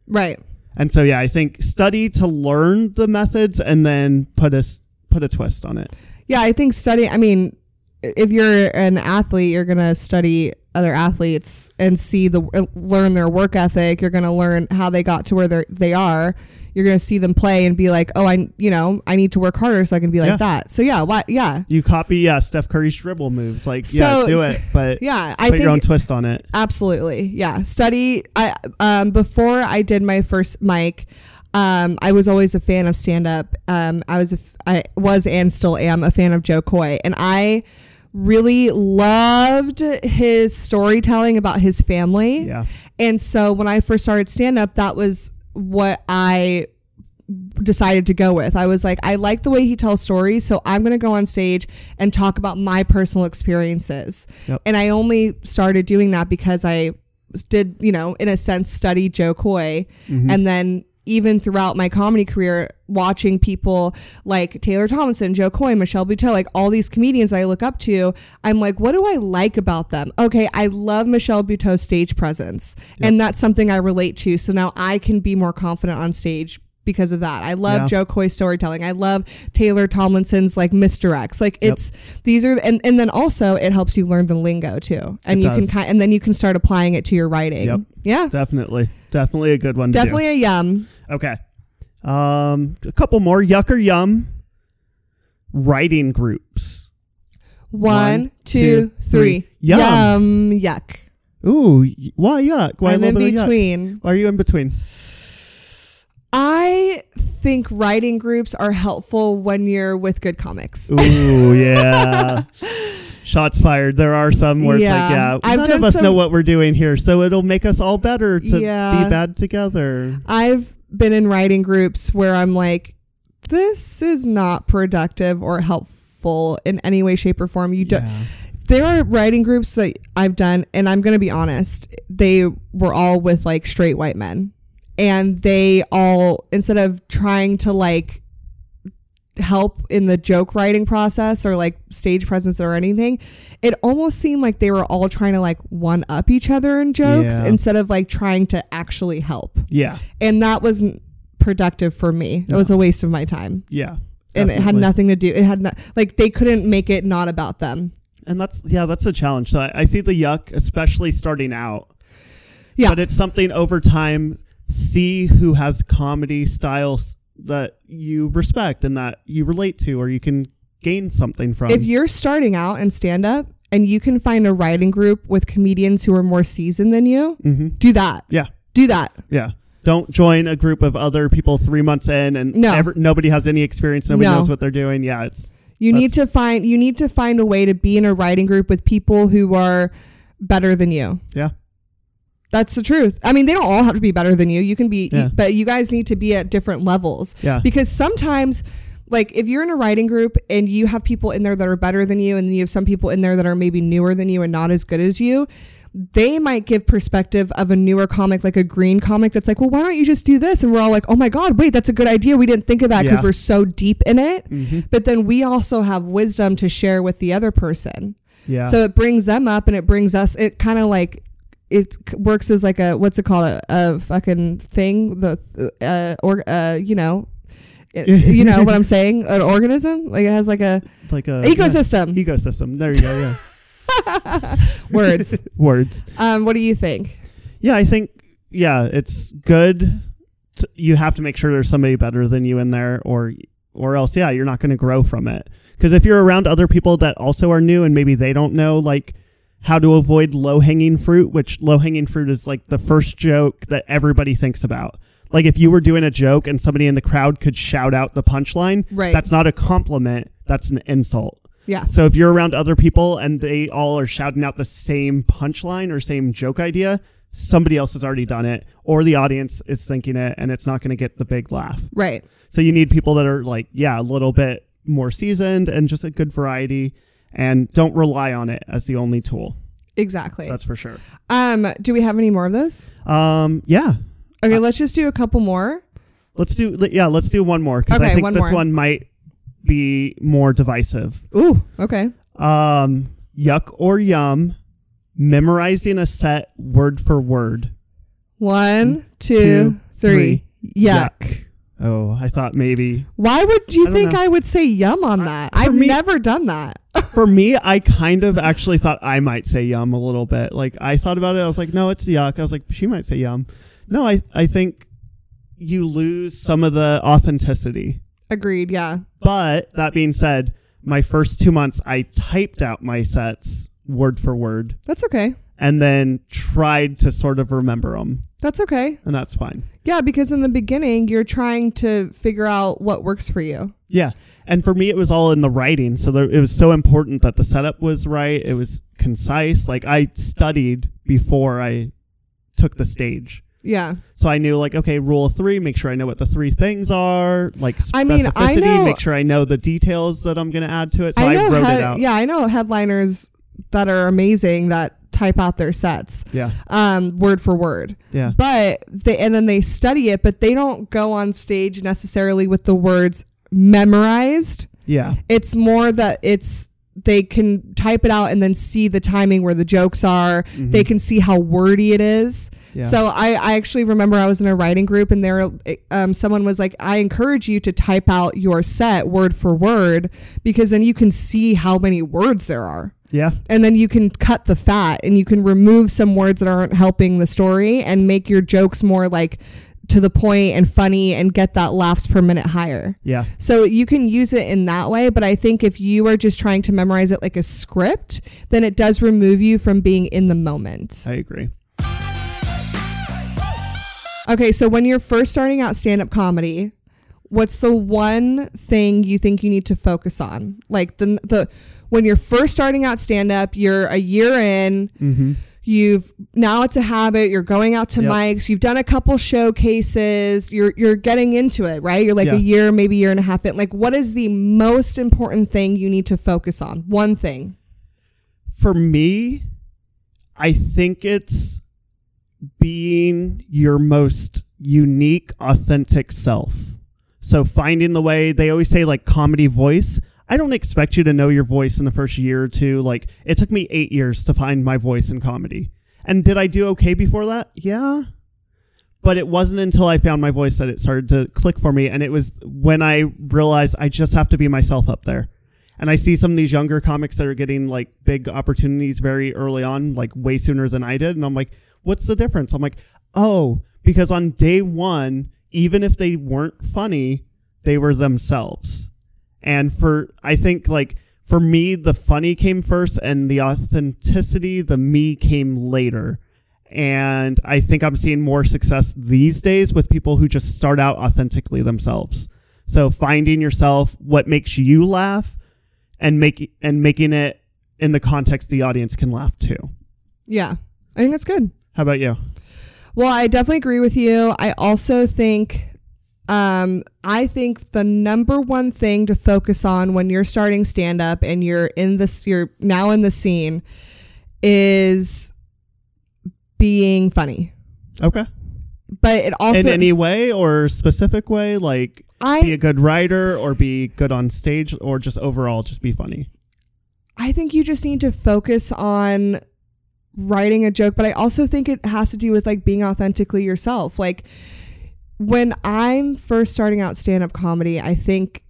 right.
And so, yeah, I think study to learn the methods and then put a, s- put a twist on it.
Yeah, I think study. I mean, i- if you're an athlete, you're gonna study other athletes and see the uh, learn their work ethic. You're gonna learn how they got to where they they are. You're gonna see them play and be like, oh, I you know I need to work harder so I can be like
Yeah.
that. So yeah, why yeah
You copy, yeah, Steph Curry's dribble moves. Like, yeah,
So-
do it, but
yeah I
put
think
your own twist on it.
absolutely yeah study i um before i did my first mic um i was always a fan of stand up um i was a f- i was and still am a fan of joe coy and i really loved his storytelling about his family
Yeah.
and so when I first started stand up, that was what I decided to go with. I was like, I like the way he tells stories, so I'm going to go on stage and talk about my personal experiences.
Yep.
And I only started doing that because I did, you know, in a sense, study Joe Coy.
Mm-hmm.
And then even throughout my comedy career, watching people like Taylor Thompson, Joe Coy, Michelle Buteau, like all these comedians I look up to, I'm like, what do I like about them? Okay, I love Michelle Buteau's stage presence. And that's something I relate to. So now I can be more confident on stage because of that. I love
Yeah.
Joe Coy's storytelling. I love Taylor Tomlinson's like misdirects. Like
Yep.
it's these are and, and then also it helps you learn the lingo too. And
It
you
does.
can kind and then you can start applying it to your writing.
Yep.
Yeah.
Definitely. Definitely a good one. to do.
Definitely a yum.
Okay. Um, a couple more. Yuck or yum. Writing groups. One,
One, two,
two,
three.
three. Yum.
Yum. Yuck.
Ooh, y- why yuck? Why a
I'm in
little bit of yuck?
between.
Why are you in between?
I think writing groups are helpful when you're with good comics.
Ooh, yeah. Shots fired. There are some where
Yeah.
it's like, yeah,
I've
none
done
of us
some-
know what we're doing here, so it'll make us all better to be
Yeah.
bad together.
I've been in writing groups where I'm like, this is not productive or helpful in any way, shape, or form. You don't. there are writing groups that I've done, and I'm going to be honest, they were all with like straight white men. And they all, instead of trying to like help in the joke writing process or like stage presence or anything, it almost seemed like they were all trying to like one up each other in jokes
Yeah.
instead of like trying to actually help.
Yeah.
And that wasn't productive for me. It was a waste of my time.
Yeah.
And it had
definitely.
nothing to do. It had not, like, they couldn't make it not about them.
And that's yeah, that's a challenge. So I, I see the yuck, especially starting out.
Yeah.
But it's something over time. See who has comedy styles that you respect and that you relate to, or you can gain something from.
if you're starting out in stand up and you can find a writing group with comedians who are more seasoned than you,
hmm
do that.
Yeah.
Do that.
Yeah. Don't join a group of other people three months in and
No.
ever- nobody has any experience. Nobody
No.
knows what they're doing. Yeah, it's
You need to
That's-
find you need to find a way to be in a writing group with people who are better than you.
yeah,
That's the truth. I mean, they don't all have to be better than you. You can be,
Yeah.
but you guys need to be at different levels.
yeah,
because sometimes like if you're in a writing group and you have people in there that are better than you and you have some people in there that are maybe newer than you and not as good as you they might give perspective of a newer comic like a green comic that's like well why don't you just do this and we're all like oh my god wait that's a good idea we didn't think of that because
Yeah.
we're so deep in it
hmm
but then we also have wisdom to share with the other person
yeah.
so it brings them up and it brings us it kind of like it c- works as like a what's it called a, a fucking thing the uh or uh you know it- you know what I'm saying an organism like it has like a
like a
ecosystem
Uh, yeah. ecosystem. There you go. Yeah,
words
words.
um what do you think
Yeah, I think yeah, it's good. t you have to make sure there's somebody better than you in there, or or else yeah, you're not going to grow from it. Because if you're around other people that also are new and maybe they don't know like how to avoid low hanging fruit, which low hanging fruit is like the first joke that everybody thinks about. Like if you were doing a joke and somebody in the crowd could shout out the punchline,
Right.
that's not a compliment, that's an insult.
yeah
So if you're around other people and they all are shouting out the same punchline or same joke idea, somebody else has already done it, or the audience is thinking it, and it's not going to get the big laugh.
right
So you need people that are like, yeah, a little bit more seasoned and just a good variety, and don't rely on it as the only tool.
exactly
That's for sure.
um do we have any more of those
Um, yeah,
okay let's just do a couple more
let's do. le- Yeah, let's do one more because
Okay,
I think
one
this
more.
one might be more divisive.
ooh okay
Um, yuck or yum, memorizing a set word for word.
One, two, three.
three.
yuck
Oh, I thought maybe.
why would you
I don't
think
know.
I would say yum on that I've
me-
never done that
For me, I kind of actually thought I might say yum a little bit. Like I thought about it, I was like, no, it's yuck. I was like, she might say yum. No, I I think you lose some of the authenticity.
agreed yeah
But that being said, my first two months I typed out my sets word for word
that's okay
and then tried to sort of remember them,
That's okay.
and that's fine.
Yeah, because in the beginning, you're trying to figure out what works for you.
Yeah, and for me, it was all in the writing. So there, it was so important that the setup was right. It was concise. Like I studied before I took the stage,
Yeah.
so I knew like okay, rule three. Make sure I know what the three things are. Like specificity.
I mean, I know-
make sure I know the details that I'm going to add to it. So I,
know
wrote
head-
it out.
Yeah, I know headliners that are amazing that type out their sets
yeah,
um, word for word.
yeah,
But they, and then they study it, but they don't go on stage necessarily with the words memorized.
yeah.
It's more that it's, they can type it out and then see the timing where the jokes are. They
Mhm.
can see how wordy it is.
Yeah.
So I, I actually remember I was in a writing group and there um, someone was like, I encourage you to type out your set word for word because then you can see how many words there are.
yeah,
And then you can cut the fat and you can remove some words that aren't helping the story and make your jokes more like to the point and funny and get that laughs per minute higher.
yeah,
So you can use it in that way, but I think if you are just trying to memorize it like a script, then it does remove you from being in the moment.
I agree.
Okay, so when you're first starting out stand up comedy, what's the one thing you think you need to focus on? Like the the when you're first starting out stand up, you're a year in,
Mm-hmm.
you've now it's a habit, you're going out to
Yep.
mics, you've done a couple showcases, you're you're getting into it, right? You're like
Yeah.
a year, maybe year and a half in. Like what is the most important thing you need to focus on? One thing.
for me, I think it's being your most unique, authentic self. So finding the way they always say like comedy voice. I don't expect you to know your voice in the first year or two. Like it took me eight years to find my voice in comedy. And did I do okay before that? Yeah. But it wasn't until I found my voice that it started to click for me. And it was when I realized I just have to be myself up there. And I see some of these younger comics that are getting like big opportunities very early on, like way sooner than I did. And I'm like, what's the difference? I'm like, oh, because on day one, even if they weren't funny, they were themselves. And for, I think like for me, the funny came first and the authenticity, the me came later. And I think I'm seeing more success these days with people who just start out authentically themselves. So finding yourself, what makes you laugh, and make and making it in the context the audience can laugh too.
Yeah. I think that's good.
How about you?
Well, I definitely agree with you. I also think um I think the number one thing to focus on when you're starting stand up and you're in this you're now in the scene is being funny.
Okay.
But it also
in any way or specific way, like be a
I
good writer or be good on stage or just overall just be funny.
I think you just need to focus on writing a joke, but I also think it has to do with like being authentically yourself. Like when I'm first starting out stand up comedy, I think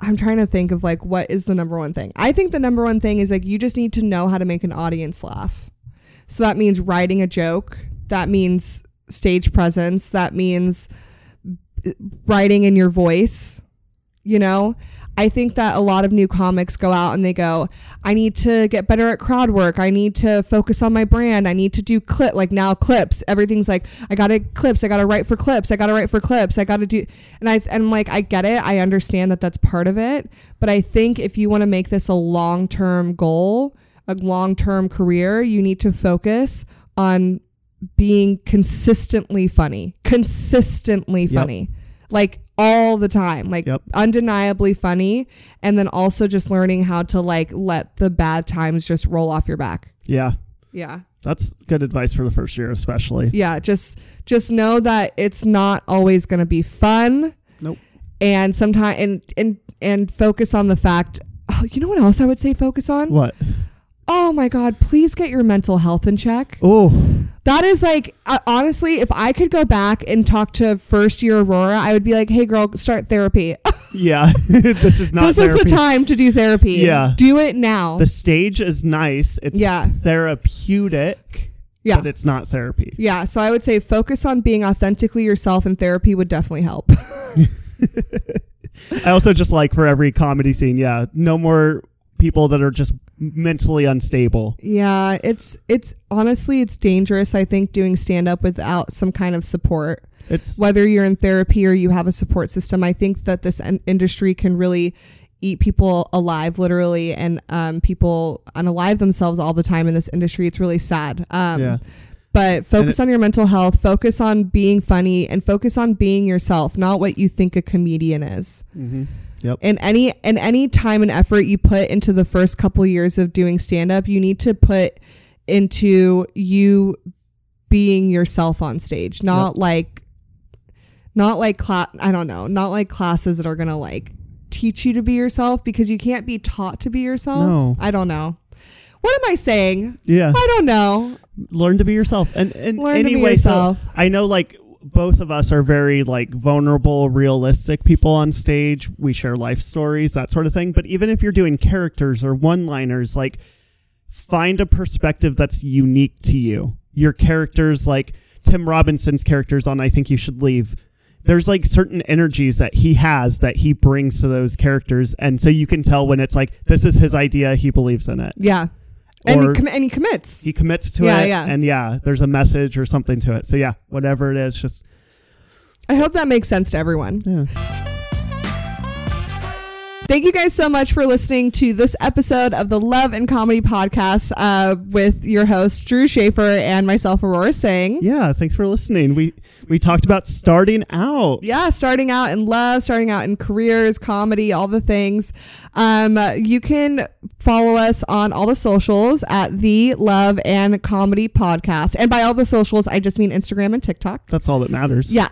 I'm trying to think of like what is the number one thing. I think the number one thing is like you just need to know how to make an audience laugh. So that means writing a joke, that means stage presence, that means b- writing in your voice, you know? I think that a lot of new comics go out and they go, I need to get better at crowd work. I need to focus on my brand. I need to do clip like now clips. Everything's like I got to clips. I got to write for clips. I got to write for clips. I got to do and I and I'm like I get it. I understand that that's part of it, but I think if you want to make this a long-term goal, a long-term career, you need to focus on being consistently funny. Consistently
Yep.
funny like all the time like
Yep.
undeniably funny and then also just learning how to like let the bad times just roll off your back
Yeah.
yeah
That's good advice for the first year especially.
yeah just just know that it's not always going to be fun
Nope.
and sometimes and and and focus on the fact oh, you know what else i would say focus on
What?
oh my god please get your mental health in check
Oh.
That is like uh, honestly, if I could go back and talk to first year Aurora, I would be like, "Hey, girl, start therapy.
Yeah. this is not
this
therapy.
is the time to do therapy.
Yeah.
do it now.
The stage is nice. It's
Yeah.
therapeutic,
yeah,
but it's not therapy.
yeah. So I would say focus on being authentically yourself, and therapy would definitely help.
I also just like for every comedy scene, yeah, no more people that are just mentally unstable.
yeah, it's it's honestly it's dangerous. I think doing stand up without some kind of support,
It's
whether you're in therapy or you have a support system, I think that this in- industry can really eat people alive literally and um, people unalive themselves all the time in this industry it's really sad um,
yeah.
But focus
it-
on your mental health, focus on being funny, and focus on being yourself, not what you think a comedian is.
Mm-hmm. Yep.
And any and any time and effort you put into the first couple years of doing stand up, you need to put into you being yourself on stage, not like not like class I don't know, not like classes that are going to like teach you to be yourself because you can't be taught to be yourself.
No.
I don't know. What am I saying?
Yeah.
I don't know.
Learn to be yourself. And and
Learn to be
anyway, so
yourself.
I know like both of us are very like vulnerable, realistic people on stage. We share life stories, that sort of thing. But even if you're doing characters or one-liners, like find a perspective that's unique to you. Your characters, like Tim Robinson's characters on I Think You Should Leave, there's like certain energies that he has that he brings to those characters. And so you can tell when it's like, this is his idea, he believes in it.
Yeah. And, he
Or
com- and he commits.
he commits to
Yeah,
it.
yeah.
And yeah, there's a message or something to it. So yeah, whatever it is, just,
I hope that makes sense to everyone.
yeah.
Thank you guys so much for listening to this episode of the Love and Comedy Podcast uh, with your host, Drew Schaefer, and myself, Aurora Singh.
Yeah, thanks for listening. We we talked about starting out.
yeah, starting out in love, starting out in careers, comedy, all the things. Um, uh, you can follow us on all the socials at the Love and Comedy Podcast. And by all the socials, I just mean Instagram and TikTok.
That's all that matters.
Yeah.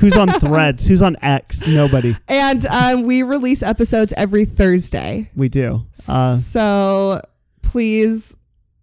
Who's on Threads? Who's on X? Nobody.
and um, we release episodes every Thursday.
We do. Uh,
so please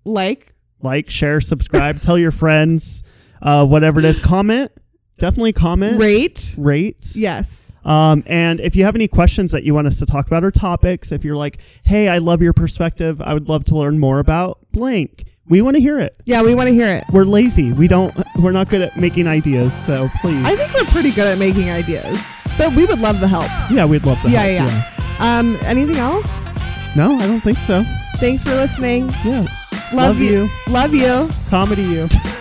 like.
like, share, subscribe, tell your friends, uh, whatever it is. Comment. Definitely comment.
Rate.
Rate.
Yes.
Um, and if you have any questions that you want us to talk about or topics, if you're like, hey, I love your perspective, I would love to learn more about blank, we want to hear it.
Yeah, we want to hear it.
We're lazy. We don't. We're not good at making ideas. So please,
I think we're pretty good at making ideas, but we would love the help.
yeah, we'd love to.
Yeah,
help.
yeah. Um, anything else?
yeah. No, I don't think so.
Thanks for listening.
Yeah.
Love, you. Love you.
Comedy you.